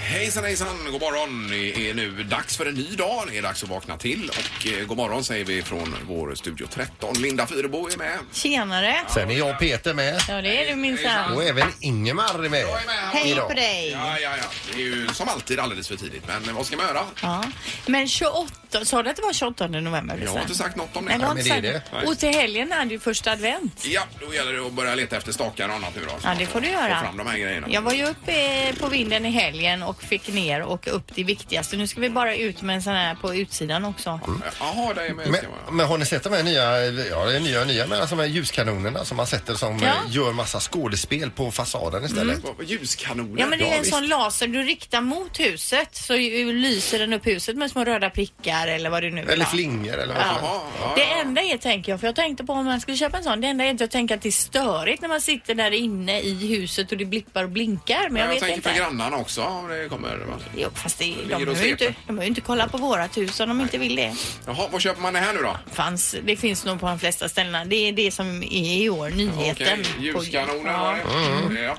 hejsan hejsan, god morgon. Det är nu dags för en ny dag. Det är dags att vakna till och eh, god morgon säger vi från vår studio 13. Linda Fyrebo är med. Tjenare! Sen är jag och Peter med. Ja, det är du minsann. Och även Ingemar är med. Jag är med här. Hej Idag. på dig! Ja, ja, ja. Det är ju som alltid alldeles för tidigt, men eh, vad ska man göra? Ja. Men 28, sa du att det var 28 november? Jag har inte sagt något om Nej, du har det. inte Nej, men det är sagt. Och till helgen är det ju första advent. Ja, då gäller det att börja leta efter stakar och annat nu då. Ja, det får du göra. Få fram de här grejerna. Jag var ju uppe på vinden i helgen och fick ner och upp det viktigaste. Nu ska vi bara ut med en sån här på utsidan också. Mm. Jaha, det är med. Men, ska man- men har ni sett de här nya, ja, det är nya, nya, men alltså de här ljuskanonerna som man sätter som Ja. eh, gör massa skådespel på fasaden istället? Vad- Ljuskanoner. Ja men det är en visst. sån laser du riktar mot huset så ju- lyser den upp huset med små röda prickar eller vad det nu Eller ha. flingor eller vad Ja. som helst. ja, Det enda är, tänker jag, för jag tänkte på om man skulle köpa en sån, det enda är att jag tänker att det är störigt när man sitter där inne i huset och det blippar och blinkar. Men jag, Jag vet tänker på inte. grannarna också om det kommer. va? Jo, fast det, de, ligger och har ju sveper. inte, de har ju inte kollat på vårat hus om de inte vill det. Jaha, vad köper man det här nu då? Fanns, det finns nog på de flesta ställena. Det är det som är i år, nyheten. Okej, på- ljuskanoner var Ja. det. Ja,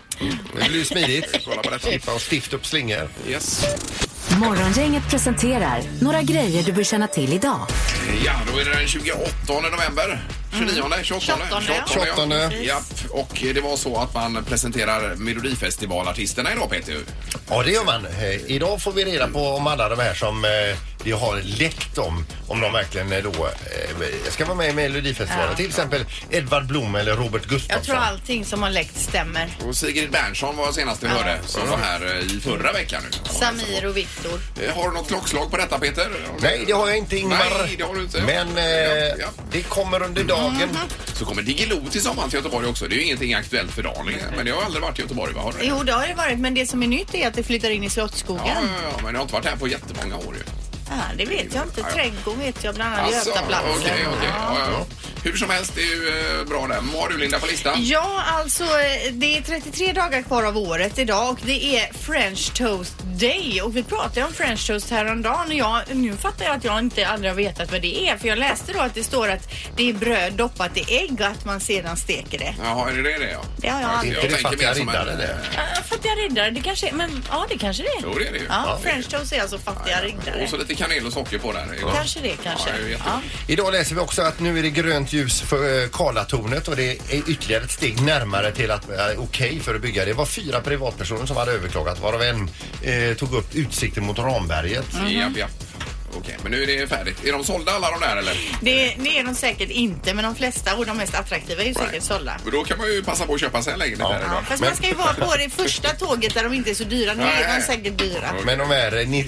Det blir ju smidigt. kolla på detta. Slippa och stifta upp slingor. Yes. Morgongänget presenterar några grejer du bör känna till idag. Ja, då är det den 28 november. 29, 28, 28, 28. ja. Japp, och det var så att man presenterar Melodifestivalartisterna idag Peter. Ja, det gör man. Eh, Idag får vi reda på om alla de här som eh, det har läckt om, om de verkligen eh, då eh, ska vara med i Melodifestivalen. Till exempel Edvard Blom eller Robert Gustafsson. Jag tror allting som har läckt stämmer. Och Sigrid Bernson var senast vi hörde som var här eh, i förra veckan. nu. Samir och Viktor. Eh, Har du något klockslag på detta Peter? Nej, det har jag inte Ingmar. Nej, det har du inte. Men eh, Ja, ja. det kommer under dagen. Mhm. Så kommer Diggiloo till sommaren till Göteborg också. Det är ju ingenting aktuellt för dagen. liksom. Men det har aldrig varit i Göteborg va? Har det? Jo, det har det varit, men det som är nytt är att det flyttar in i Slottsskogen. Ja, ja, ja, men det har inte varit här på jättemånga år ju. Ah, det vet jag inte. Trädgården vet jag bland annat. Alltså, Götaplatsen. okej, okej. Ja, ja, ja. Hur som helst, det är ju eh, bra där. Vad har du Linda på listan? Ja, alltså eh, det är 33 dagar kvar av året idag och det är French Toast Day och vi pratade ju om French Toast häromdagen och jag, nu fattar jag att jag inte aldrig har vetat vad det är för jag läste då att det står att det är bröd doppat i ägg och att man sedan steker det. Jaha, är det det det? Ja. Det har jag aldrig. Inte Jag det tänker fattiga mer som en- riddare det. Ah, fattiga riddare, det kanske är, men ja det kanske det är. Jo, det är det ju. Ja, French Toast är alltså fattiga riddare. Och så lite kanel och socker på där. Kanske det, kanske. Ja, det är jättegott. Ja. Idag läser vi också att nu är det grönt ljus för eh, Karlatornet och det är ytterligare ett steg närmare till att eh, okej för att bygga. Det var fyra privatpersoner som hade överklagat varav en eh, tog upp utsikten mot Ramberget. Mm. Mm. Mhm. Japp, japp. Okej, men nu är det färdigt. Är de sålda alla de där eller? Det, det är de säkert inte, men de flesta och de mest attraktiva är ju säkert sålda. Men Då kan man ju passa på att köpa sig en lägenhet här Ja, idag. fast man ska ju vara på det första tåget där de inte är så dyra. Nu är Nej. de säkert dyra. Men de här, eh, ni,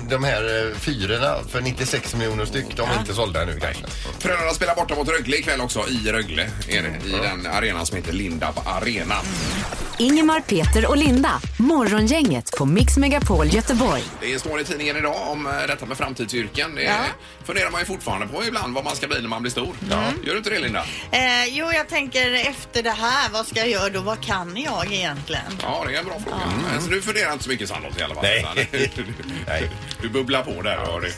eh, de här eh, fyrorna för 96 miljoner styck, de är inte sålda nu kanske. Frölunda spelar borta mot Rögle ikväll också, i Rögle. Är det, Mm. I den arenan som heter Lindab Arena. Mm. Ingemar, Peter och Linda. Morgongänget på Mix Megapol Göteborg. Det står i tidningen idag om eh, detta med framtidsyrken. Det Ja. funderar man ju fortfarande på ibland vad man ska bli när man blir stor. Mm. Gör du inte det Linda? Eh, jo, jag tänker efter det här, vad ska jag göra då? Vad kan jag egentligen? Ja, det är en bra fråga. Mm. Så du funderar inte så mycket Sandholt i alla fall? Nej. Utan- Nej. Du bubblar på där. Har du, eh,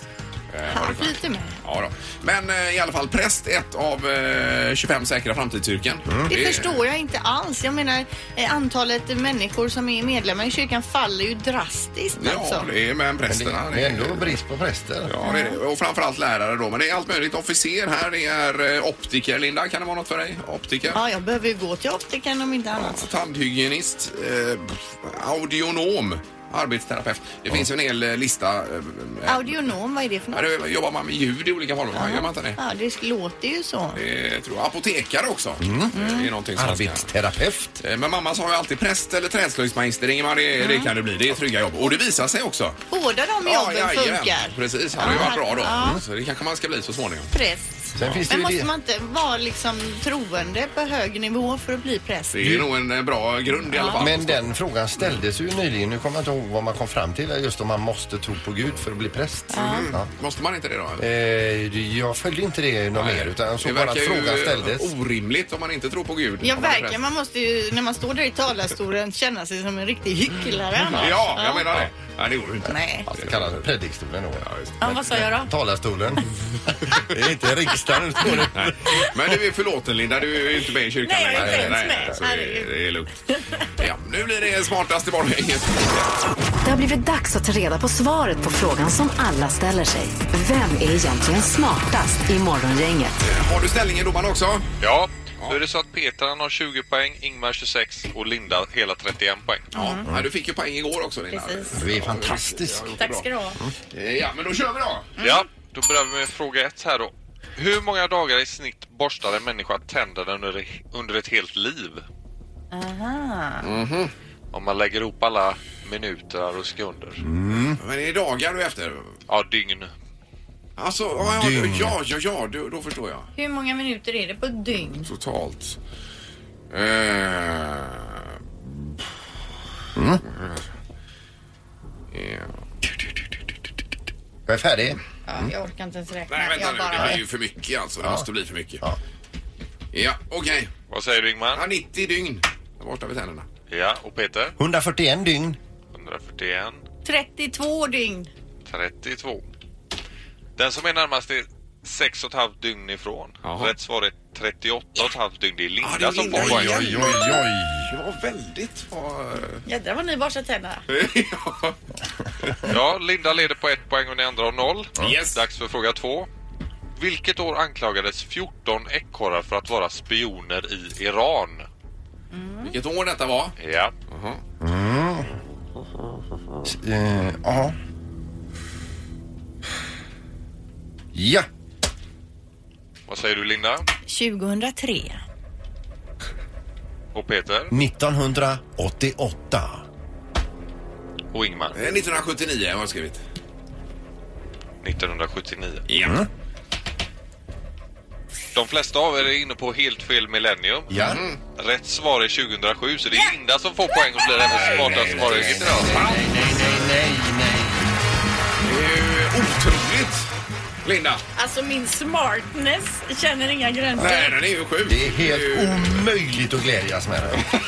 har Han du skönt. flyter med. ja, då. Men eh, i alla fall präst, ett av eh, 25 säkra framtidsyrken. Mm. Det är- förstår jag inte alls. Jag menar, eh, antalet människor som är medlemmar i kyrkan faller ju drastiskt Ja, alltså. det är men Men prästerna. det, det är ändå brist på präster. Ja, det är det. Och framförallt lärare då. Men det är allt möjligt. Officer här, det är eh, optiker. Linda, kan det vara något för dig? Optiker? Ja, jag behöver ju gå till optikern om inte annat. Tandhygienist, eh, audionom, arbetsterapeut. Det finns ju en hel eh, lista. Eh, eh, Audionom, vad är det för ja, något? det jobbar man med ljud i olika former? Gör man inte det? Ja, det låter ju så. Eh, tror jag. Apotekare också. Mm. Eh, Det är någonting Ah, som man ska- Arbetsterapeut. Eh, Men mamma sa ju alltid präst eller träslöjdsmeister Ingemar, det, det Mm. kan du bli. Det är trygga jobb. Och det visar sig också. Båda de jobben jajamän. funkar. Precis, han har ju Ja, varit bra då. ja. Så det kanske man ska bli så småningom. Präst. Sen finns det Men ju måste det. man inte vara liksom troende på hög nivå för att bli präst? Det är nog en eh, bra grund i alla fall. Mm. Men den frågan ställdes ju nyligen. Nu kommer jag inte ihåg vad man kom fram till. Just om man måste tro på Gud för att bli präst. Mm. Ja. Måste man inte det då? Eh, jag följde inte det något mer utan så det bara att verkar frågan ju ställdes. eh, orimligt om man inte tror på Gud. Ja, om man är verkligen. präst. Man måste ju, när man står där i talarstolen, känna sig som en riktig hycklare annars. Ja, jag menar det. Nej, det går ju inte. Alltså, Nej. Det kallas predikstolen då. Ja, just det. Ja, vad sa jag då? Talarstolen. det är inte riksdagen utan Nej. Men du är förlåten Linda, du är ju inte med i kyrkan Nej, jag är längre. inte ens med. så det, Herregud. det är lugnt. Ja, nu blir det smartaste morgongänget. Det har blivit dags att ta reda på svaret på frågan som alla ställer sig. Vem är egentligen smartast i Morgongänget? Har du ställningen domaren också? Ja, då är det så att Peter han har 20 poäng, Ingmar 26 och Linda hela 31 poäng. Ja. ja, du fick ju poäng igår också Linda. Mm. Precis. Du är fantastisk. Tack ska du ha. Eh, Ja, men då kör vi då. Ja, då börjar vi med fråga ett här då. Hur många dagar i snitt borstar en människa tänderna under, under ett helt liv? Aha. Mhm. Om man lägger ihop alla minuter och sekunder. Mm. Men det är dagar du är efter. Ja, dygn. Alltså, ja, ja, Dygn. ja, ja, ja då, då förstår jag. Hur många minuter är det på ett dygn? Totalt. Eh, Mm. ja. Jag är färdig. Ja, jag orkar inte ens räkna. Nej, vänta jag nu. bara... Det är ju för mycket alltså. Det måste bli för mycket. Ja, Ja. okej. Vad säger du Ja, Ingmar? 90 dygn. Där borta vid tänderna. Ja, och Peter? 141 dygn. 141, 32 dygn. 32. Den som är närmast är 6,5 dygn ifrån. Jaha. Rätt svar är 38,5 dygn. Det är Linda, Ja, det är som Linda får poäng. igen. Oj, oj, oj. Det var väldigt... Jädrar vad ni borstar tänderna. ja. Ja, Linda leder på ett poäng och ni andra har noll. Yes. Dags för fråga två. Vilket år anklagades 14 ekorrar för att vara spioner i Iran? Vilket år detta var. Ja, S- eh, Ja. Ja. vad säger du Linda? 2003. Och Peter? 1988. Och Ingmar? Eh, 1979 har jag skrivit. 1979. Ja. De flesta av er är inne på helt fel millennium. Ja. Mm. Rätt svar är 2007 så det är Linda som får poäng och blir den smartaste morgongänget idag. Nej, nej, nej, nej, nej. Det är ju Eh, otroligt, Linda. Alltså min smartness känner inga Nej, gränser. den är ju sjuk. Det är helt ju- omöjligt att glädjas med det.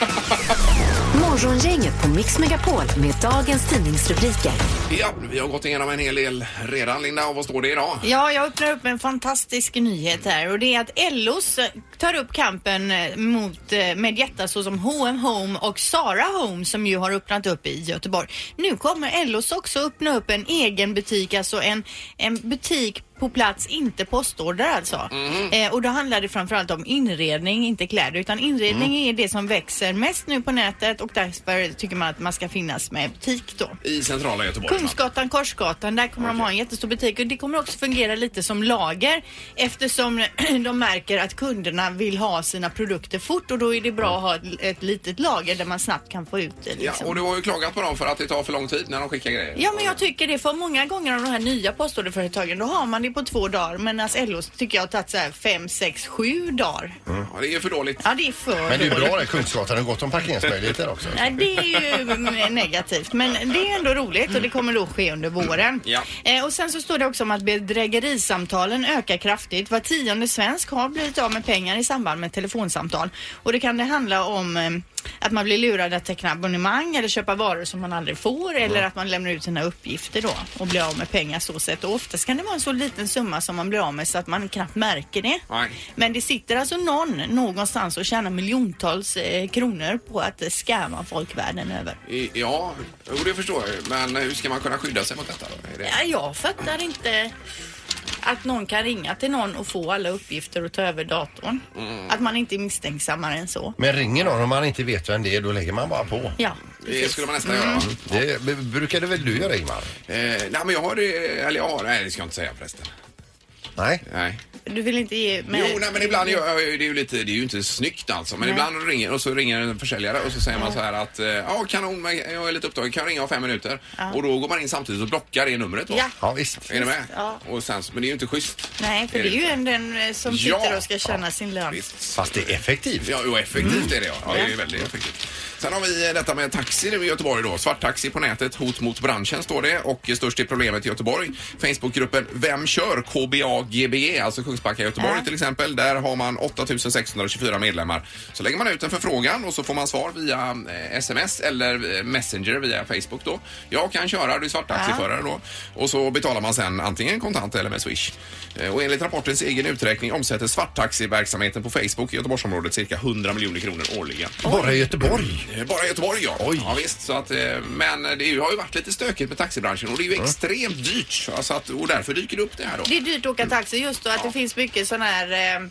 Morgongänget på Mix Megapol med dagens tidningsrubriker. Ja, vi har gått igenom en hel del redan, Linda. Och vad står det idag? Ja, jag öppnar upp en fantastisk nyhet här och det är att LOs tar upp kampen eh, mot, eh, med jättar såsom H&M Home och Sara Home som ju har öppnat upp i Göteborg. Nu kommer LOs också öppna upp en egen butik, alltså en, en butik på plats, inte postorder alltså. Eh, och då handlar det framförallt om inredning, inte kläder, utan inredning är det som växer mest nu på nätet och därför tycker man att man ska finnas med butik då. I centrala Göteborg. Kungsgatan, Korsgatan, där kommer de ha en jättestor butik och det kommer också fungera lite som lager eftersom de märker att kunderna vill ha sina produkter fort och då är det bra att ha ett, ett litet lager där man snabbt kan få ut det. Ja, Liksom. och du har ju klagat på dem för att det tar för lång tid när de skickar grejer. Ja men jag tycker det för många gånger av de här nya postorderföretagen då har man det på två dagar men alltså LOs tycker jag har tagit så här fem, sex, sju dagar. Ja, det är ju för dåligt. Ja det är för Mm. Men det är dåligt. bra det. Kungsgatan har gott om parkeringsmöjligheter också. Nej, det är ju mm, negativt, men det är ändå roligt och det kommer då ske under våren. Ja. Eh, och sen så står det också om att bedrägerisamtalen ökar kraftigt. Var tionde svensk har blivit av med pengar i samband med telefonsamtal. Och det kan det handla om eh, att man blir lurad att teckna abonnemang eller köpa varor som man aldrig får eller att man lämnar ut sina uppgifter då och blir av med pengar så sett. Och oftast kan det vara en så liten summa som man blir av med så att man knappt märker det. Nej. Men det sitter alltså någon någonstans och tjänar miljontals eh, kronor på att eh, skamma folk världen över. I- Ja, jo, det förstår jag ju. Men hur ska man kunna skydda sig mot detta? då? Är det... Ja, jag fattar inte att någon kan ringa till någon och få alla uppgifter och ta över datorn. Mm. Att man inte är misstänksammare än så. Men ringer någon om man inte vet vem det är, då lägger man bara på. Ja, Det skulle man nästan göra, va? Det b- brukade väl du göra Ingmar? Eh, nej, men jag har det... Eller ja, nej, det ska jag inte säga förresten. Nej. Nej. du vill inte ge mig... Jo, nej, men ibland gör jag ju- det är ju lite, det är ju inte snyggt alltså. Men ibland ringer och så ringer en försäljare och så säger man så här att eh, ja kanon, men jag är lite upptagen, kan jag ringa om fem minuter? Och då går man in samtidigt och blockar det numret då. Ja. Ja, visst. Är ni med? Ja. Och sen, men det är ju inte schysst. Nej, för det är ju en den eh, som Ja. sitter och ska tjäna sin lön. Visst. Fast det är effektivt. Ja, och effektivt är det ja. ja. Det är ju väldigt effektivt. Sen har vi eh, detta med taxi nu i Göteborg då. Svarttaxi på nätet, hot mot branschen står det. Och eh, störst är problemet i Göteborg. Facebookgruppen Vem kör? KBAGB, alltså Kungsbacka i Göteborg till exempel. Där har man 8624 medlemmar. Så lägger man ut en förfrågan och så får man svar via eh, sms eller eh, Messenger via Facebook då. Jag kan köra, du är svarttaxiförare då. Och så betalar man sen antingen kontant eller med Swish. Eh, Och enligt rapportens egen uträkning omsätter svarttaxiverksamheten på Facebook i Göteborgsområdet cirka 100 miljoner kronor årligen. Bara i Göteborg. Eh, Bara i Göteborg ja. ja visst, så att, eh, men det är ju- har ju varit lite stökigt med taxibranschen och det är ju extremt dyrt. Alltså att, och därför dyker det upp det här då. Det är dyrt att åka taxi just då att det finns mycket sådana här eh,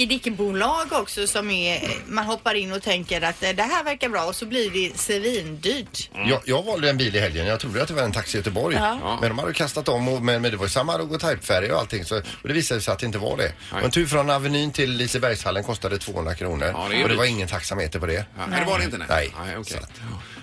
knickedickebolag också som är, eh, man hoppar in och tänker att eh, det här verkar bra och så blir det svindyrt. Jag, jag valde en bil i helgen. Jag trodde att det var en taxi i Göteborg. Mm. Ja. Men de hade kastat om och men, men det var ju samma logotypfärger och allting. Så, och det visade sig att det inte var det. Och en tur från Avenyn till Lisebergshallen kostade 200 kronor. Ja, det är ju och det var dyrt. ingen taxameter på det. Ja, nej. Det var det inte? Nej. Nej. okej.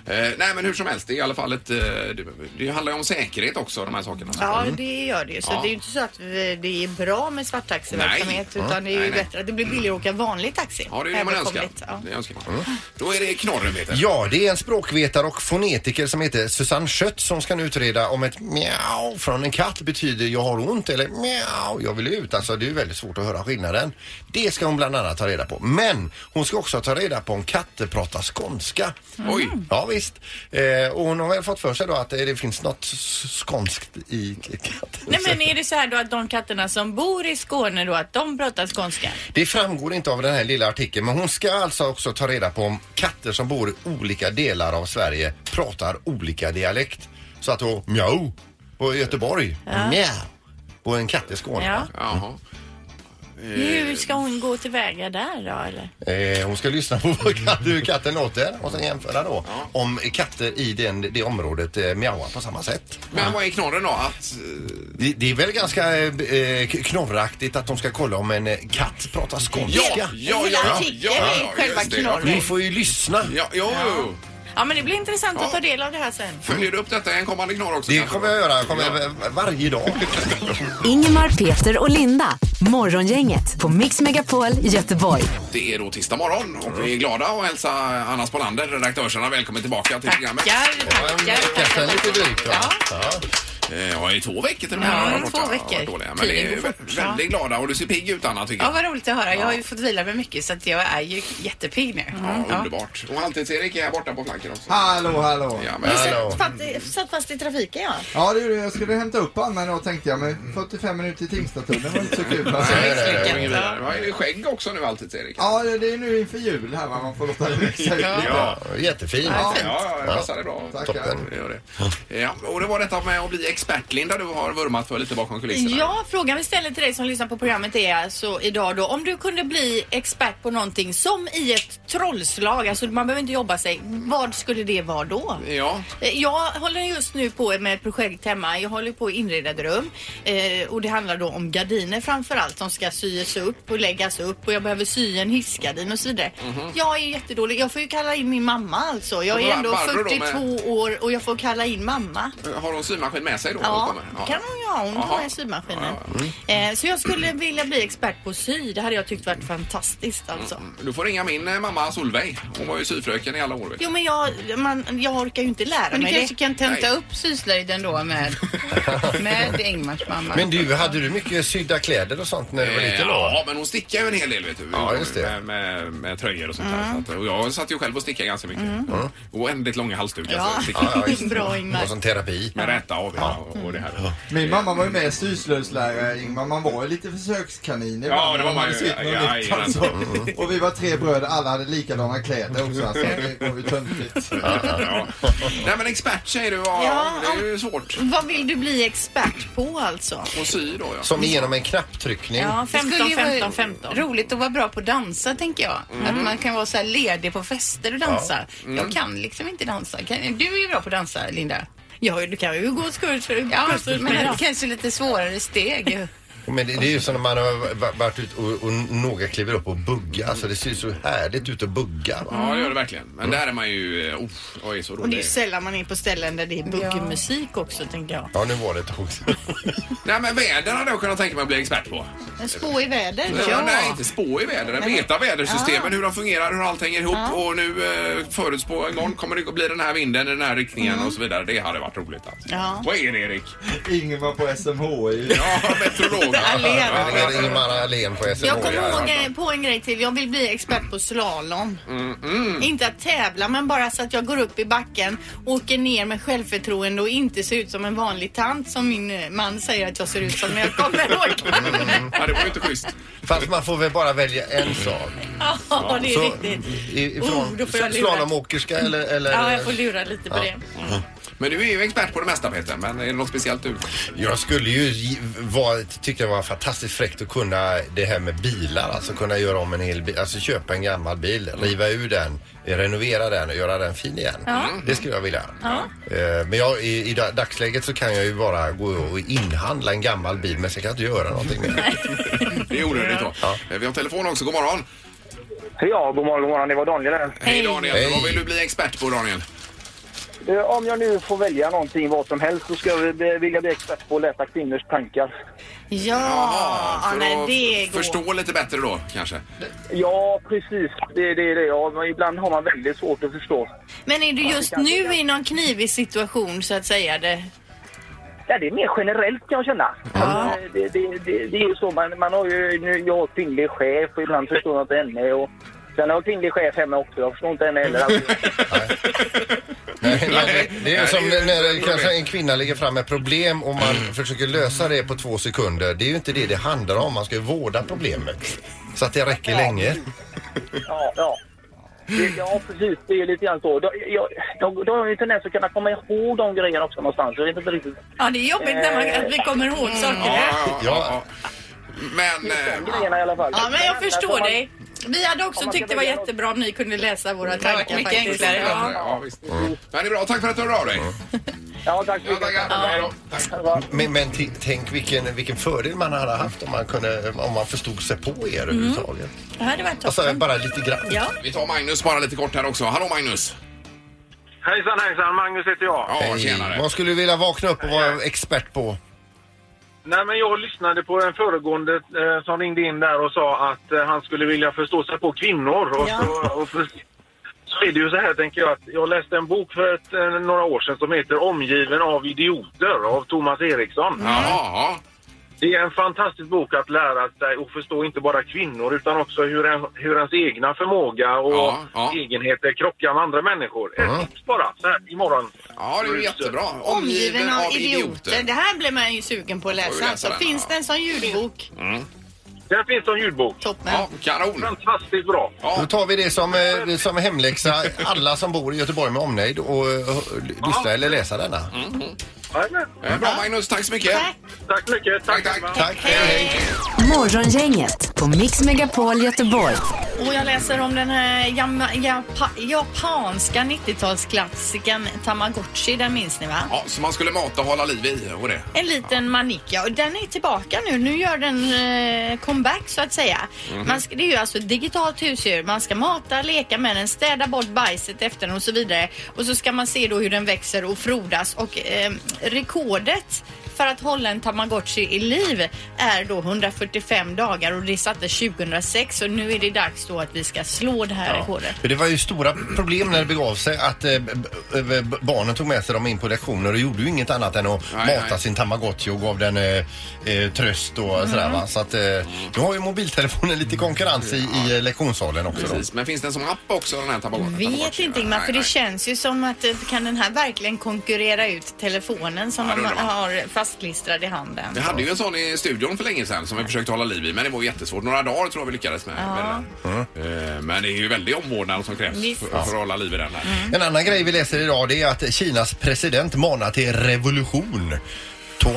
Eh, nej, men hur som helst, det är i alla fall ett... eh, Det, det handlar ju om säkerhet också, de här sakerna. Ja, det gör det ju. Så Mm. Ja. det är ju inte så att vi- det är bra med svarttaxiverksamhet Nej. utan det är ju Nej, nej. bättre att det blir billigare att åka vanlig taxi. Ja, det är det man önskar. Överkomligt, ja. Det önskar man. Då är det knorren, Peter. Ja, det är en språkvetare och fonetiker som heter Susanne Schött som ska nu utreda om ett miau från en katt betyder jag har ont eller miau jag vill ut. Alltså det är ju väldigt svårt att höra skillnaden. Det ska hon bland annat ta reda på. Men hon ska också ta reda på om katter pratar skånska. Mm. Oj. Ja visst. Eh, och hon har väl fått för sig då att eh, det finns något s- skånskt i katten. Nej men är det så här då att de katterna som bor i Skåne då att de pratar skånska? Det framgår inte av den här lilla artikeln men hon ska alltså också ta reda på om katter som bor i olika delar av Sverige pratar olika dialekt. Så att då mjau på Göteborg, mjau på en katt i Skåne. Ja. Jaha. Eh. Hur ska hon gå tillväga där då eller? Eh, hon ska lyssna på vad katt, hur katten låter och sen jämföra då om katter i den, det området eh, mjauar på samma sätt. Men vad är knorren då? Att, eh, Det, det är väl ganska eh, eh, k- knorraktigt att de ska kolla om en eh, katt pratar skånska. ja, ja, ja, Hela ja, artikeln ja, är ja, själva just det. knorren. Ni får ju lyssna. Ja, jo, jo. Ja men det blir intressant Ja. att ta del av det här sen. Följer du upp detta i en kommande knorr också? Det kanske kommer då? jag göra kommer jag, varje dag. Ingemar, Peter och Linda. Morgongänget på Mix Megapol Göteborg. Det är då tisdag morgon och vi är glada att hälsa Anna Spolander, redaktörsarna, välkommen tillbaka till programmet. Tackar, tackar. Kanske lite drygt va? Ja. Eh, Ja, i två veckor till och Ja, har de två borta. veckor. Vad dåliga. Men Tiden det är går vä- fort, ja. väldigt glada och du ser pigg ut Anna tycker Ja, jag. vad roligt att höra. Jag har ju fått vila mig mycket så att jag är ju jättepigg nu. Ja, Ja. underbart. Och Halvtids-Erik är här borta på flanken också. Hallå, hallå. Ja, men, Jag Hallå. satt fast, i- satt fast i trafiken ja. Ja, det gjorde jag. Jag skulle hämta upp Anna då tänkte jag, men 45 minuter i Tingstadstunneln var inte så kul. Alltså. nej, nej, misslyckat. nej, nej. Vad är det skägg också nu Halvtids-Erik? Ja, det det är nu inför jul här va, man får låta det växa ut lite. Ja. Jättefin. Ja, ja, det passar det bra. Tackar. Det gör det. Ja, och det var detta med att bli expert, Linda, du har vurmat för lite bakom kulisserna. Ja, frågan vi ställer till dig som lyssnar på programmet är alltså idag då om du kunde bli expert på någonting som i ett trollslag, alltså man behöver inte jobba sig, vad skulle det vara då? Ja, Eh, Jag håller just nu på med ett projekt hemma. Jag håller på att inreda ett rum eh, och det handlar då om gardiner framför allt som ska syes upp och läggas upp och jag behöver sy en hissgardin och så vidare. Mhm. Jag är jättedålig. Jag får ju kalla in min mamma alltså. Jag Och är Bar- ändå Barbro då med- 42 år och jag får kalla in mamma. har hon symaskin med sig då? när hon Ja, kommer? det kan hon ju ha. Hon Jaha. har med symaskinen. Mm. Eh, så jag skulle vilja bli expert på sy. Det hade jag tyckt varit fantastiskt alltså. Du får ringa min eh, mamma Solveig. Hon var ju syfröken i alla år. vet du. Jo men jag, man, jag orkar ju inte lära Men du mig det. kanske kan tenta Nej. upp syslöjden då med, med Ingmars mamma. Men du, hade du mycket sydda kläder och sånt när du var Eh, liten Ja, då? men hon stickar ju en hel del vet du. Ja, just det. Med, med, med tröjor och sånt där. Så att, och jag satt ju själv och stickade ganska mycket. Oändligt långa halsdukar. Mm. Ja. Så stickade. Ja, visst. Bra, Ingmar. Det var som terapi. Med räta av ja. och, och det här. Min mamma var ju med syslöjdslärare Ingmar, man var ju lite försökskanin ibland. Ja, det var Man man hade ju. sett något Ja, nytt, ja, alltså. Och vi var tre bröder, alla hade likadana kläder också alltså. Det var ju töntigt. Ja. Nej men expert säger du. Ja, Ja, det är ju svårt. Vad vill du bli expert på alltså? Och sy då ja. Som genom en knapptryckning. Ja, Det skulle 15, ju vara 15, 15. Roligt att vara bra på att dansa tänker jag. Mm. Att man kan vara så här ledig på fester och dansa. Jag kan liksom inte dansa. Kan, du är ju bra på att dansa Linda. Ja, du kan ju gå skurs. Ja, men kanske lite svårare steg. Men det, det är ju som när man har va- varit ute och, och några kliver upp och bugga. Alltså det ser ju så härligt ut att bugga. Mm. Va? Ja, det gör det verkligen. Men där är man ju... eh, Oh, oj, så Och det är ju rolig. sällan man är på ställen där det är buggmusik också, tänker jag. Ja, nu var det ett tag sedan. Nej men väder hade jag kunnat tänka mig att bli expert på. En spå i väder. Ja. Nej, inte spå i vädret. men Veta vädersystemen, hur de fungerar, hur allt hänger ihop. Och nu eh, förutspå, imorgon kommer det att bli den här vinden i den här riktningen och så vidare. Det hade varit roligt alltså. Ja. Vad är det Erik? Ingmar på SMHI. Ja, meteorolog. Alén. Ja, det är Ingemar Ahlén på SMH. Jag kommer ja. ihåg eh, på en grej till. Jag vill bli expert på slalom. Inte att tävla, men bara så att jag går upp i backen, åker ner med självförtroende och inte ser ut som en vanlig tant som min eh, man säger att jag ser ut som när jag kommer åka. Ja, det var ju inte schysst. Fast man får väl bara välja en sak. Ja, det är Så, riktigt. i- Oh, ifrån då får jag lura. slalomåkerska eller... eller Ja, jag får lura lite på det. Men du är ju expert på det mesta Peter, men är det något speciellt du? Jag skulle ju gi- vara, tyckte det var fantastiskt fräckt att kunna det här med bilar, alltså kunna göra om en hel bil, alltså köpa en gammal bil, riva ur den, renovera den och göra den fin igen. Mm. Det skulle jag vilja. Eh, Men jag, i, i da- dagsläget så kan jag ju bara gå och inhandla en gammal bil men sen kan jag inte göra någonting med den. Det är onödigt då. Eh, Vi har telefon också, god morgon. Ja, god morgon, god morgon. Det var Daniel här. Hej Daniel, Hej. vad vill du bli expert på Daniel? Eh, Om jag nu får välja någonting, vad som helst, så ska jag bli- vilja bli expert på att läsa kvinnors tankar. Ja, ja för men att Ah, det går. förstå lite bättre då kanske. Ja, precis. Det är det, är det. Ja, men ibland har man väldigt svårt att förstå. Men är du just nu i någon knivig situation så att säga? Det? Ja, det är mer generellt kan jag känna. Ja. Eh, Det, det, det, det är ju så, man, man har ju, nu, jag har kvinnlig chef och ibland förstår jag inte henne. Och, sen har jag kvinnlig chef hemma också, jag förstår inte henne heller. Alltså, alltid. Nej, Nej, nej, det är nej, som det är ju när ett det problem. kanske en kvinna lägger fram ett problem och man försöker lösa det på två sekunder. Det är ju inte det det handlar om. Man ska ju vårda problemet så att det räcker länge. Ja, ja. Det- Ja, precis. Det är lite grann så. Då, jag, då, då har jag ju tendens att kunna komma ihåg de grejerna också någonstans. Jag vet inte riktigt. Ja, det är jobbigt när man, att vi kommer ihåg saker. Ja, ja. Men... De eh, grejerna i alla fall. Ja, men jag förstår om man- dig. Vi hade också om man tyckt det ska var välja något- jättebra om ni kunde läsa våra Det hade varit tankar mycket faktiskt. enklare. Ja. Ja, visst. Men det är bra. Tack för att du hörde av dig. Ja, tack så Ja, mycket. tackar. Hej då. Tack. Ha det bra. Men, men t- tänk vilken, vilken fördel man hade haft om man, kunde, om man förstod sig på er överhuvudtaget. Det hade varit toppen. Alltså bara lite grann. Ja. Vi tar Magnus bara lite kort här också. Hallå Magnus! Hejsan, hejsan. Magnus heter jag. Ja, Hej. tjenare. Vad Eh, skulle du vilja vakna upp och vara expert på? Nej, men jag lyssnade på en föregående eh, som ringde in där och sa att eh, han skulle vilja förstå sig på kvinnor. Och Ja. så, och för, så är det ju så här, tänker jag, att jag läste en bok för ett, eh, några år sedan som heter Omgiven av idioter av Thomas Eriksson. Jaha, Det är en fantastisk bok att lära sig och förstå inte bara kvinnor utan också hur, en, hur ens egna förmåga och Ja, ja. egenheter krockar med andra människor. Ett tips bara, så här imorgon. ja det är ju jättebra. Omgiven av idioter. Det här blir man ju sugen på att Får vi läsa. läsa Alltså, den? finns Ja. det en sån ljudbok? Den finns som ljudbok. Toppen. Ja, kanon. Fantastiskt bra. Ja, Då tar vi det som, eh, som hemläxa, alla som bor i Göteborg med omnejd och eh, lyssna eller läsa denna. Mm. Jajamän. eh, bra Magnus. Tack så mycket. Tack. Tack så mycket. Tack, tack. Tack, hej, hej. Morgongänget på Mix Megapol Göteborg. Och jag läser om den här jama, japa, japanska 90-talsklassikern Tamagotchi. Den minns ni va? Ja, så man skulle mata och hålla liv i och det. En liten manicka och den är tillbaka nu. Nu gör den eh, comeback så att säga. Man ska, det är ju alltså ett digitalt husdjur. Man ska mata, leka med den, städa bort bajset efter den och så vidare. Och så ska man se då hur den växer och frodas och eh, rekordet för att hålla en tamagotchi i liv är då 145 dagar och det sattes 2006 och nu är det dags då att vi ska slå det här rekordet. För Det var ju stora problem när det begav sig att eh, b- b- b- barnen tog med sig dem in på lektioner och gjorde ju inget annat än att Nej, mata nej. sin tamagotchi och gav den eh, eh, tröst och sådär va. Så att eh, nu har ju mobiltelefonen lite konkurrens i, i eh, lektionssalen också då. Precis. Men finns den som app också den här tabagen? Vet inte Ingmar, för det känns ju som att eh, kan den här verkligen konkurrera ut telefonen som Ja, det man undrar man. har fastlistrad i handen? Vi hade ju en sån i studion för länge sedan som vi försökte hålla liv i men det var ju jättesvårt. Några dagar tror jag vi lyckades med, med den. Eh, Men det är ju väldig omvårdnad som krävs Visst. Mm. för, för att hålla liv i den här. En annan grej vi läser idag det är att Kinas president manar till revolution.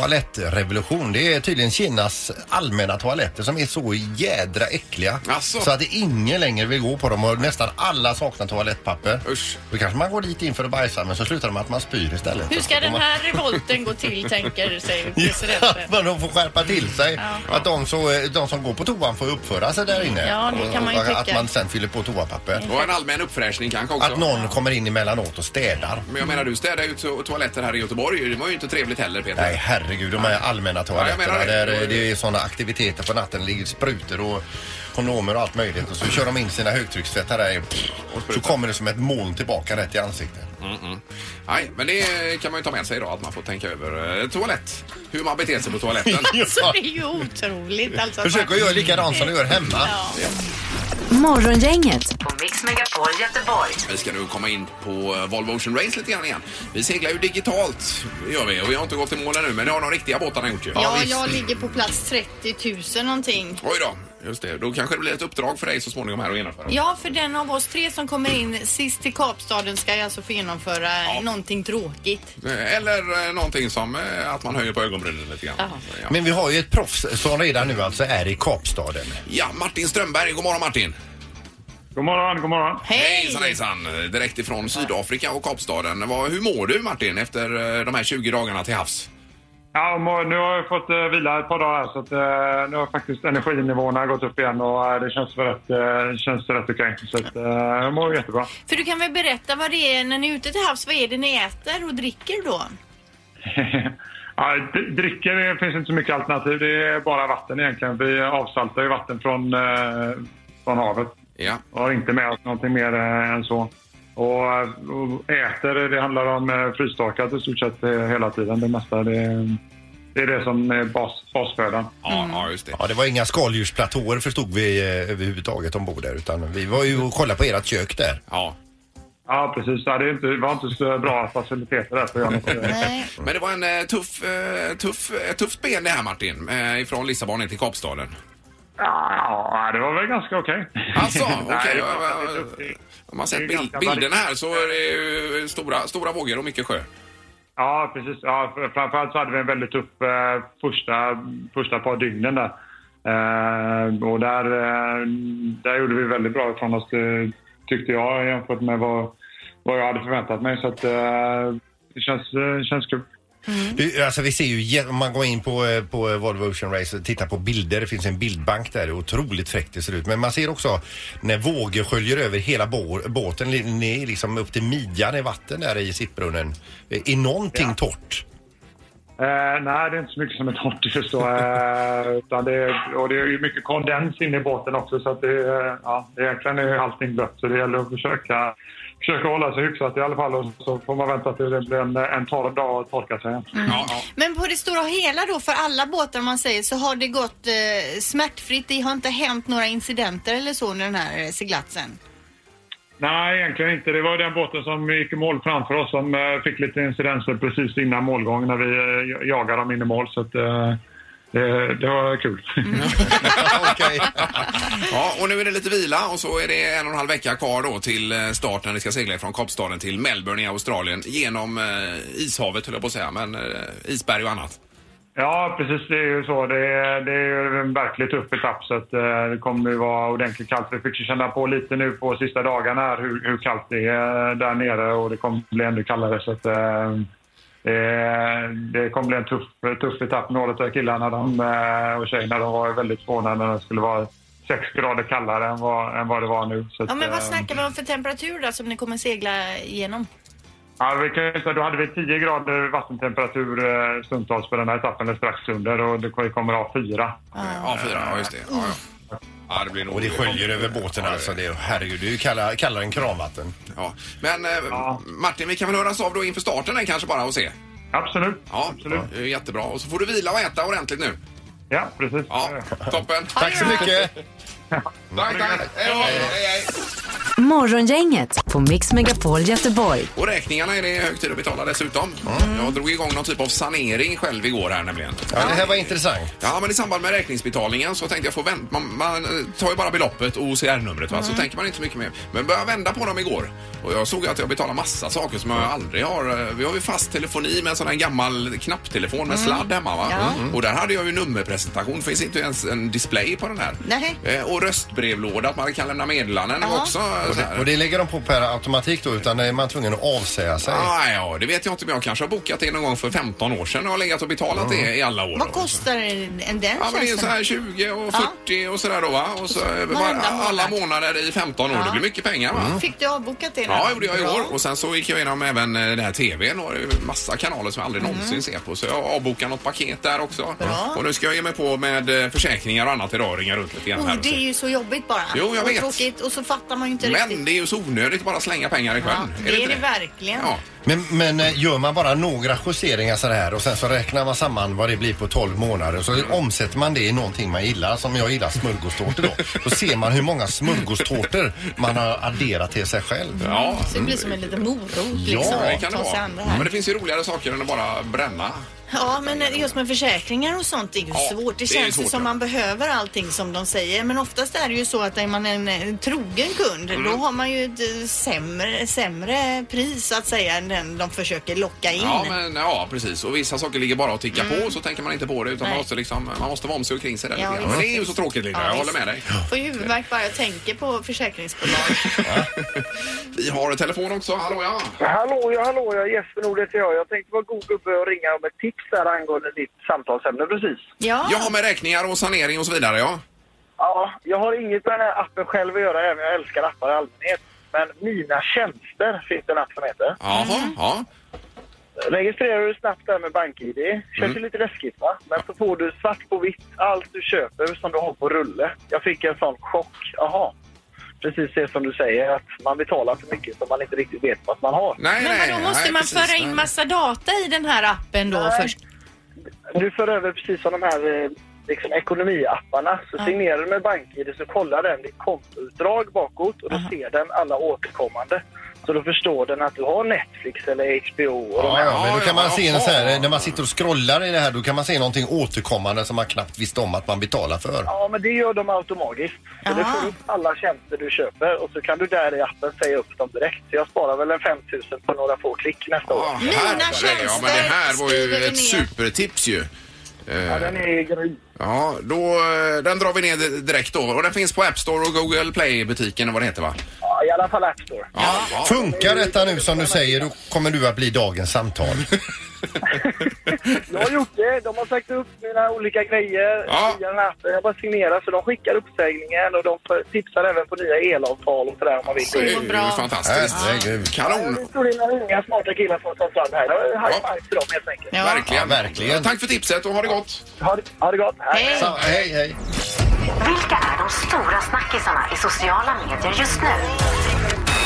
Toalettrevolution. Det är tydligen Kinas allmänna toaletter som är så jädra äckliga Asså? så att det ingen längre vill gå på dem och nästan alla saknar toalettpapper. Usch. Då kanske man går dit in för att bajsa men så slutar det med att man spyr istället. Hur ska Och den man- här revolten gå till, tänker sig Ja, att presidenten? man då får skärpa till sig. Att de, så, de som går på toan får uppföra sig där inne. Ja, det kan man ju Och Att tycka. man sen fyller på toapapper. Och en allmän uppfräschning kanske också. Att någon kommer in emellanåt och städar. Men jag menar du städade ju to- toaletter här i Göteborg. Det var ju inte trevligt heller Peter. Nej, herregud, de här allmänna Ja, jag toaletterna menar det. där eh, det är sådana aktiviteter på natten. Det ligger sprutor och, kondomer och allt möjligt och så kör de in sina högtryckstvättar där i- Så kommer det som ett moln tillbaka rätt i ansiktet. Nej, men det kan man ju ta med sig då att man får tänka över eh, toalett. Hur man beter sig på toaletten. Ja. Det är ju otroligt alltså. Försök att göra likadant som du gör hemma. Morgongänget på Mix Megapol Göteborg. Vi ska nu komma in på eh, Volvo Ocean Race lite grann igen. Vi seglar ju digitalt, gör vi. Och vi har inte gått i mål ännu, men det har de riktiga båtarna gjort ju. Ja, jag ligger på plats 30 000 någonting. Oj då, just det. Då kanske det blir ett uppdrag för dig så småningom här att genomföra. Ja, för den av oss tre som kommer in sist till Kapstaden ska jag alltså få genomföra någonting tråkigt. Eh, Eller eh, någonting som eh, att man höjer på ögonbrynen lite grann. Ja. Men vi har ju ett proffs som redan nu alltså är i Kapstaden. ja, Martin Strömberg. God morgon Martin. God morgon, god morgon. Hejsan hejsan. Eh, Direkt ifrån Sydafrika och Kapstaden. Vad- Hur mår du Martin efter eh, de här 20 dagarna till havs? Ja, må- nu har jag fått eh, vila ett par dagar här, så att, eh, nu har faktiskt energinivåerna gått upp igen och eh, det känns rätt, eh, känns rätt okej. Så att, eh, jag mår jättebra. För du kan väl berätta vad det är när ni är ute till havs, vad är det ni äter och dricker då? ja, d- dricker det finns inte så mycket alternativ. Det är bara vatten egentligen. Vi avsaltar ju vatten från, eh, från havet. Ja. Jag har inte med oss någonting mer eh, än så. Och, eh, och äter, det handlar om eh, frystorkat i stort sett eh, hela tiden. Det mesta, det, det är det som är bas, basfödan. Ja, ja, just det. Ja, det var inga skaldjursplatåer förstod vi eh, överhuvudtaget ombord där utan vi var ju och kollade på ert kök där. Ja. Ja, precis. Ja, det, är inte, det var inte så bra faciliteter där för att göra något. Nej. Men det var en eh, tuff, eh, tuff, ett tufft ben det här Martin. eh, Ifrån Lissabon in till Kapstaden. Ja, det var väl ganska okej. Alltså, okej. Nej, det jag- var jag- väldigt duktigt. Om man sett Det är bild, ganska bilderna varierat. här så är det ju stora, stora vågor och mycket sjö. Ja, precis. Ja, f- framförallt så hade vi en väldigt tuff eh, första, första par dygnen där. Eh, och där, eh, där gjorde vi väldigt bra ifrån oss, eh, tyckte jag, jämfört med vad, vad jag hade förväntat mig. Så att, eh, det känns, eh, känns kul. Du, alltså vi ser ju, jä- om man går in på, eh, på eh, Volvo Ocean Race och tittar på bilder, det finns en bildbank där, det är otroligt fräckt det ser ut. Men man ser också när vågor sköljer över hela bå- båten, li- ner liksom upp till midjan i vatten där i sittbrunnen. Eh, Är någonting torrt? Eh, nej, det är inte så mycket som är torrt just då. Eh, utan det, är- och det är ju mycket kondens inne i båten också så att det, är- ja, det är egentligen är allting blött. Så det gäller att försöka, försöka hålla sig hyfsat i alla fall och så får man vänta till det blir en, en torr dag och torka sig igen. Ja, ja. Men på det stora hela då, för alla båtar om man säger, så har det gått eh, smärtfritt. Det har inte hänt några incidenter eller så under den här eh, seglatsen. Nej, egentligen inte. Det var ju den båten som gick i mål framför oss som eh, fick lite incidenter precis innan målgång när vi eh, jagade dem in i mål. Så att, eh, det, det var kul. Okej. ja, och nu är det lite vila och så är det en och en halv vecka kvar då till eh, start när ni ska segla från Kapstaden till Melbourne i Australien genom eh, ishavet höll jag på att säga, men eh, isberg och annat. Ja, precis. Det är ju så. Det är, det är ju en verkligt tuff etapp så att, eh, det kommer ju vara ordentligt kallt. Vi fick ju känna på lite nu på sista dagarna här hur, hur kallt det är där nere och det kommer bli ännu kallare. Så att, eh, det, det kommer bli en tuff, tuff etapp. Några av killarna de, eh, och tjejerna de var väldigt förvånade när det skulle vara sex grader kallare än vad, än vad det var nu. Så Ja, att, men vad eh, snackar vi om för temperatur då som ni kommer segla igenom? Ja, vi kan ju säga, då hade vi 10 grader vattentemperatur eh, stundtals på den här etappen, eller strax under, och det kommer att ha fyra. Ja, Eh, fyra, ja just det. Ja, ja. Ja, det blir nog... Och det sköljer över båten alltså, det är, herregud, det är ju kallare, kallare än kranvatten. Ja. Men eh, Martin, vi kan väl höras av då inför starten där kanske bara och se. Absolut. Ja, Absolut. det är jättebra. Och så får du vila och äta ordentligt nu. Ja, precis. Ja, toppen. Tack så mycket! Tack, tack. Hej, då. hej, hej. Morgongänget på Mix Megapol Göteborg. Och räkningarna är det hög tid att betala dessutom. Jag drog igång någon typ av sanering själv igår här nämligen. Ja, det här var intressant. Ja, men i samband med räkningsbetalningen så tänkte jag få vänta. Man, man eh, tar ju bara beloppet och OCR-numret va, så tänker man inte så mycket mer. Men började vända på dem igår och jag såg att jag betalar massa saker som jag aldrig har. eh, Vi har ju fast telefoni med en sån här gammal knapptelefon med sladd hemma va. Mm. Och där hade jag ju nummerpresentation, finns inte ens en display på den här. Nej. Eh, Och röstbrevlåda, att man kan lämna meddelanden Ja. också. Och sånt det, här. och det lägger de på per automatik då utan är man tvungen att avsäga sig. Ah, ja, det vet jag inte men jag kanske har bokat det någon gång för 15 år sedan och har legat och betalat det i alla år. Vad kostar en, en den Ja, men det är så tjänsten? här 20 och 40 och sådär då va? Och så eh, var, Varenda alla månad. Mm. månader i 15 år. Det blir mycket pengar va? Fick du avbokat det? Ja, då? det gjorde jag i Bra. år. Och sen så gick jag igenom även eh, den här TVn och det är massa kanaler som jag aldrig någonsin ser på. Så jag avbokar något paket där också. Mm. Bra. Och nu ska jag ge mig på med eh, försäkringar och annat idag och ringa runt lite grann här Oh, och det se. är ju så jobbigt bara. Jo, jag och vet. tråkigt och så fattar man ju inte Men riktigt. det är ju så onödigt bara slänga pengar i sjön. det är det verkligen. Ja. Men, men eh, gör man bara några justeringar så här och sen så räknar man samman vad det blir på 12 månader så omsätter man det i någonting man gillar som jag gillar smörgåstårtor då. Då ser man hur många smörgåstårtor man har adderat till sig själv. Ja. Så det blir som en liten morot Ja, liksom. det att kan det ta sig vara. an det här. Men det finns ju roligare saker än att bara bränna. Ja, men eh, just med försäkringar och sånt är ju Ja, svårt. det är Det känns svårt, ju som ja. man behöver allting som de säger. Men oftast är det ju så att är man en, en trogen kund, då Mm. har man ju ett eh, sämre, sämre pris så att säga än den de försöker locka in. Mm. Ja, men, ja, precis. Och vissa saker ligger bara och tickar på så tänker man inte på det utan man Nej. måste, liksom, man måste vara om sig och kring sig där Ja, lite grann. visst. Men det är ju så tråkigt Linda, Ja, jag håller visst. med dig. Får ju huvudvärk bara jag tänker på försäkringsbolag. Vi har en telefon också, hallå ja. Hallå, ja, hallå, ja, Jesper Nord heter jag. Jag tänkte vara god gubbe och ringa om ett tips där angående ditt samtalsämne precis. Ja, Ja, med räkningar och sanering och så vidare ja. Ja, jag har inget med den här appen själv att göra, även om jag älskar appar i allmänhet. Men Mina tjänster finns det en app som heter. Jaha, Mm. ja. Registrerar du snabbt där med BankID, Mm. känns ju lite läskigt va? Men så får du svart på vitt allt du köper som du har på rulle. Jag fick en sån chock. Jaha. Precis det som du säger, att man betalar för mycket som man inte riktigt vet vad man har. Nej, men nej, vadå, måste nej, man precis, föra in nej. massa data i den här appen då Nej. först? Du för över precis som de här eh, liksom, ekonomiapparna. Så signerar du med BankID så kollar den ditt kontoutdrag bakåt och då ser den alla återkommande. Så då förstår den att du har Netflix eller HBO. Och de Ja, här. ja, men då kan man ja, se en så här, jaha. eh, när man sitter och scrollar i det här, då kan man se någonting återkommande som man knappt visste om att man betalar för. Ja, men det gör de automatiskt. Så du Jaha. får upp alla tjänster du köper och så kan du där i appen säga upp dem direkt. Så jag sparar väl en 5 000 på några få klick nästa år. Ja, Mina här var det. Ja, men det här var ju tjänster ett skriver vi ner. supertips ju. Ja, den är grym. Ja, då, eh, den drar vi ner direkt då. Och den finns på App Store och Google Play-butiken och vad det heter va? Ja, I alla fall App Store. Ja. ja. Funkar detta nu som du säger, då kommer du att bli dagens samtal. Jag har gjort det. De har sagt upp mina olika grejer Ja. via den här appen. Jag bara signerar så de skickar uppsägningen och de för- tipsar även på nya elavtal och sådär om man vill. Det det. är ju bra. fantastiskt. Herregud. Ja, Kanon. det står in några unga smarta killar som har tagit fram det här. Jag har Ja. high five till dem helt enkelt. Ja. Verkligen. Ja, verkligen. Tack för tipset och ha det gott. Ha, det- ha det gott. Hej. Så, hej, hej. Vilka är de stora snackisarna i sociala medier just nu?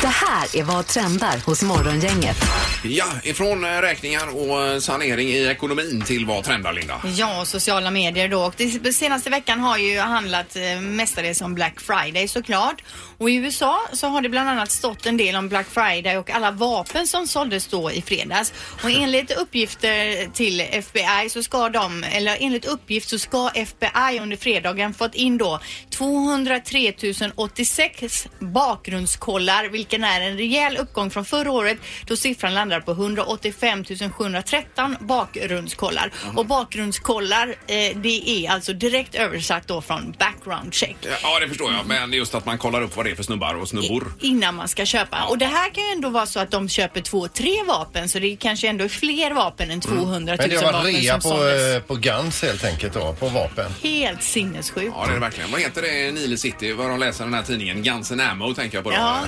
Det här är vad trendar hos Morgongänget. Ja, ifrån eh, räkningar och eh, sanering i ekonomin till vad trendar Linda? Ja, och sociala medier då. Och det senaste veckan har ju handlat eh, mestadels om Black Friday såklart. Och i USA så har det bland annat stått en del om Black Friday och alla vapen som såldes då i fredags. Och enligt uppgifter till FBI så ska de, eller enligt uppgift så ska FBI under fredagen fått in då 203 086 bakgrundskollar, vilken är en rejäl uppgång från förra året då siffran landar på 185 713 bakgrundskollar. Mhm. Och bakgrundskollar, eh, det är alltså direkt översatt då från background check. Ja, det förstår jag. Men just att man kollar upp vad det är för snubbar och snubbor. Innan man ska köpa. Och det här kan ju ändå vara så att de köper två, tre vapen så det är kanske ändå fler vapen än 200 000 Mm. Men det var vapen rea som på, såldes. eh, på Guns helt enkelt då, på vapen. Helt sinnessjukt. Ja, det är det verkligen. Vad heter det i Nile City? Vad de läser den här tidningen? Guns N' Ammo tänker jag på. då. Ja.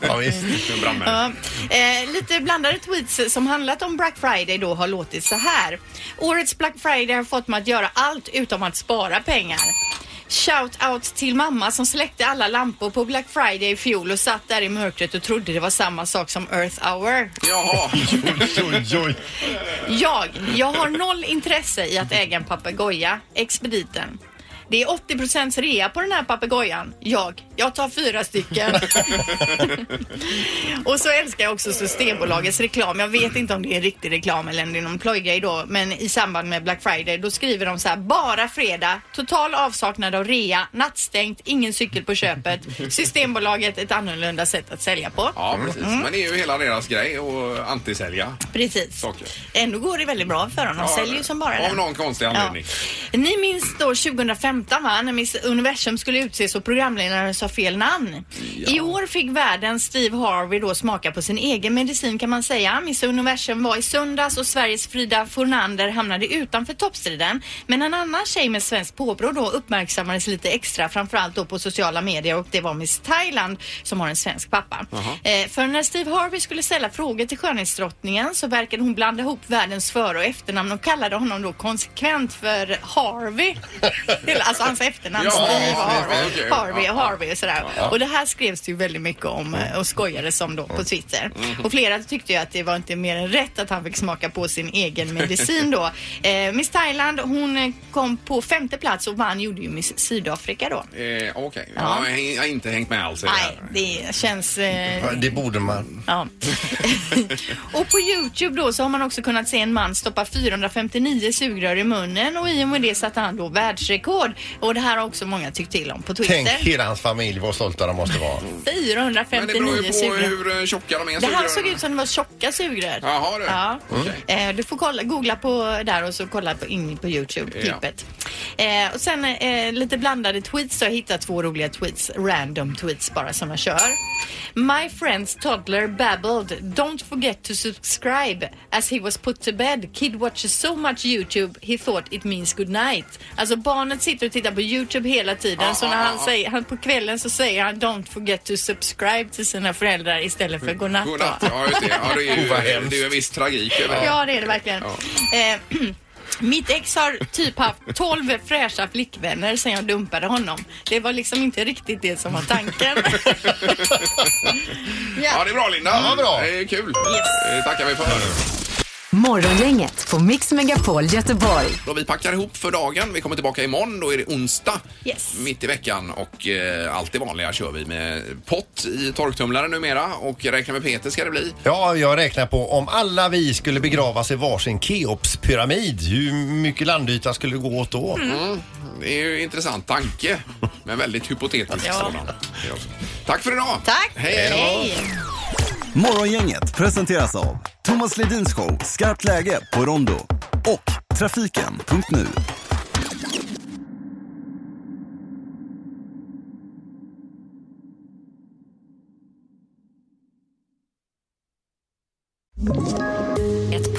ja, visst. En brandmän. Ja. Eh, lite blandade tweets som handlat om Black Friday då har låtit så här. Årets Black Friday har fått mig att göra allt utom att spara pengar. Shout out till mamma som släckte alla lampor på Black Friday i fjol och satt där i mörkret och trodde det var samma sak som Earth hour. Jaha. Oj, oj. Jag, jag har noll intresse i att äga en papegoja, expediten. Det är 80 rea på den här papegojan. Jag, jag tar fyra stycken. och så älskar jag också Systembolagets reklam. Jag vet inte om det är riktig reklam eller om det är någon plojgrej då, men i samband med Black Friday då skriver de så här, bara fredag, total avsaknad av rea, nattstängt, ingen cykel på köpet. Systembolaget, ett annorlunda sätt att sälja på. Ja, precis. Men det är ju hela deras grej och eh, antisälja. Precis. Saker. Ändå går det väldigt bra för honom. De säljer ju som bara Av den. någon konstig anledning. Ja. Ni minns då 2015 skämtar va? När Miss Universum skulle utses och programledaren sa fel namn. I år fick världens Steve Harvey då smaka på sin egen medicin kan man säga. Miss Universum var i söndags och Sveriges Frida Fornander hamnade utanför toppstriden. Men en annan tjej med svenskt påbrå då uppmärksammades lite extra framförallt då på sociala medier och det var Miss Thailand som har en svensk pappa. Eh, för när Steve Harvey skulle ställa frågor till skönhetsdrottningen så verkade hon blanda ihop världens för och efternamn och kallade honom då konsekvent för Harvey. Hela- alltså hans efternamn Ja, Steve ja, Harvey, okej. Harvey Ja, och ja. Mm. Harvey och sådär. Och det här skrevs det ju väldigt mycket om eh, och skojades om då på Twitter. Och flera tyckte ju att det var inte mer än rätt att han fick smaka på sin egen medicin då. Eh, Miss Thailand hon eh, kom på femte plats och vann gjorde ju Miss Sydafrika då. Eh, Okej, ja. Ja. jag har- jag har inte hängt med alls i det Nej, här. det känns... Eh, Det borde man. Ja. och på Youtube då så har man också kunnat se en man stoppa 459 sugrör i munnen och i och med det satte han då världsrekord. Och det här har också många tyckt till om på Tänk Twitter. hela hans familj vad stolta de måste vara. Men det beror ju på 459 sugrör. hur eh, tjocka de är. Det här sugrören. såg ut som det var tjocka sugrör. Jaha, du. Ja. Okej. Eh, Du får kolla, googla på där och så kolla på, in på Youtube, Ja. klippet. Eh, och sen eh, lite blandade tweets. Så jag hittat två roliga tweets, random tweets bara som jag kör. My friends toddler babbled. Don't forget to subscribe. As he was put to bed, kid watches so much YouTube he thought it means good night. Alltså barnet sitter och tittar på YouTube hela tiden Ah, så när ah, han ah. säger, han, på kvällen så säger han don't forget to subscribe till sina föräldrar istället för godnatt. Godnatt, då. ja just det. Ja, det, är Oh, vad ju, hemskt. det är ju en viss tragik över det. Ja, det är det verkligen. Eh, mitt ex har typ haft 12 fräscha flickvänner sen jag dumpade honom. Det var liksom inte riktigt det som var tanken. Ja, det är bra Linda. Ja, bra. Det är kul. Det tackar vi för. Morgongänget på Mix Megapol Göteborg. Då vi packar ihop för dagen. Vi kommer tillbaka imorgon. Då är det onsdag Yes. mitt i veckan och eh, allt det vanliga kör vi med pott i torktumlaren numera och räkna med Peter ska det bli. Ja, jag räknar på om alla vi skulle begravas i varsin Keopspyramid, hur mycket landyta skulle det gå åt då? Det är ju en intressant tanke, men väldigt hypotetisk Ja. sådan. Det också. Tack för idag! Tack! Hej då! Hej. Morgongänget presenteras av Thomas Ledins show Skarpt läge på Rondo och Trafiken.nu. Ett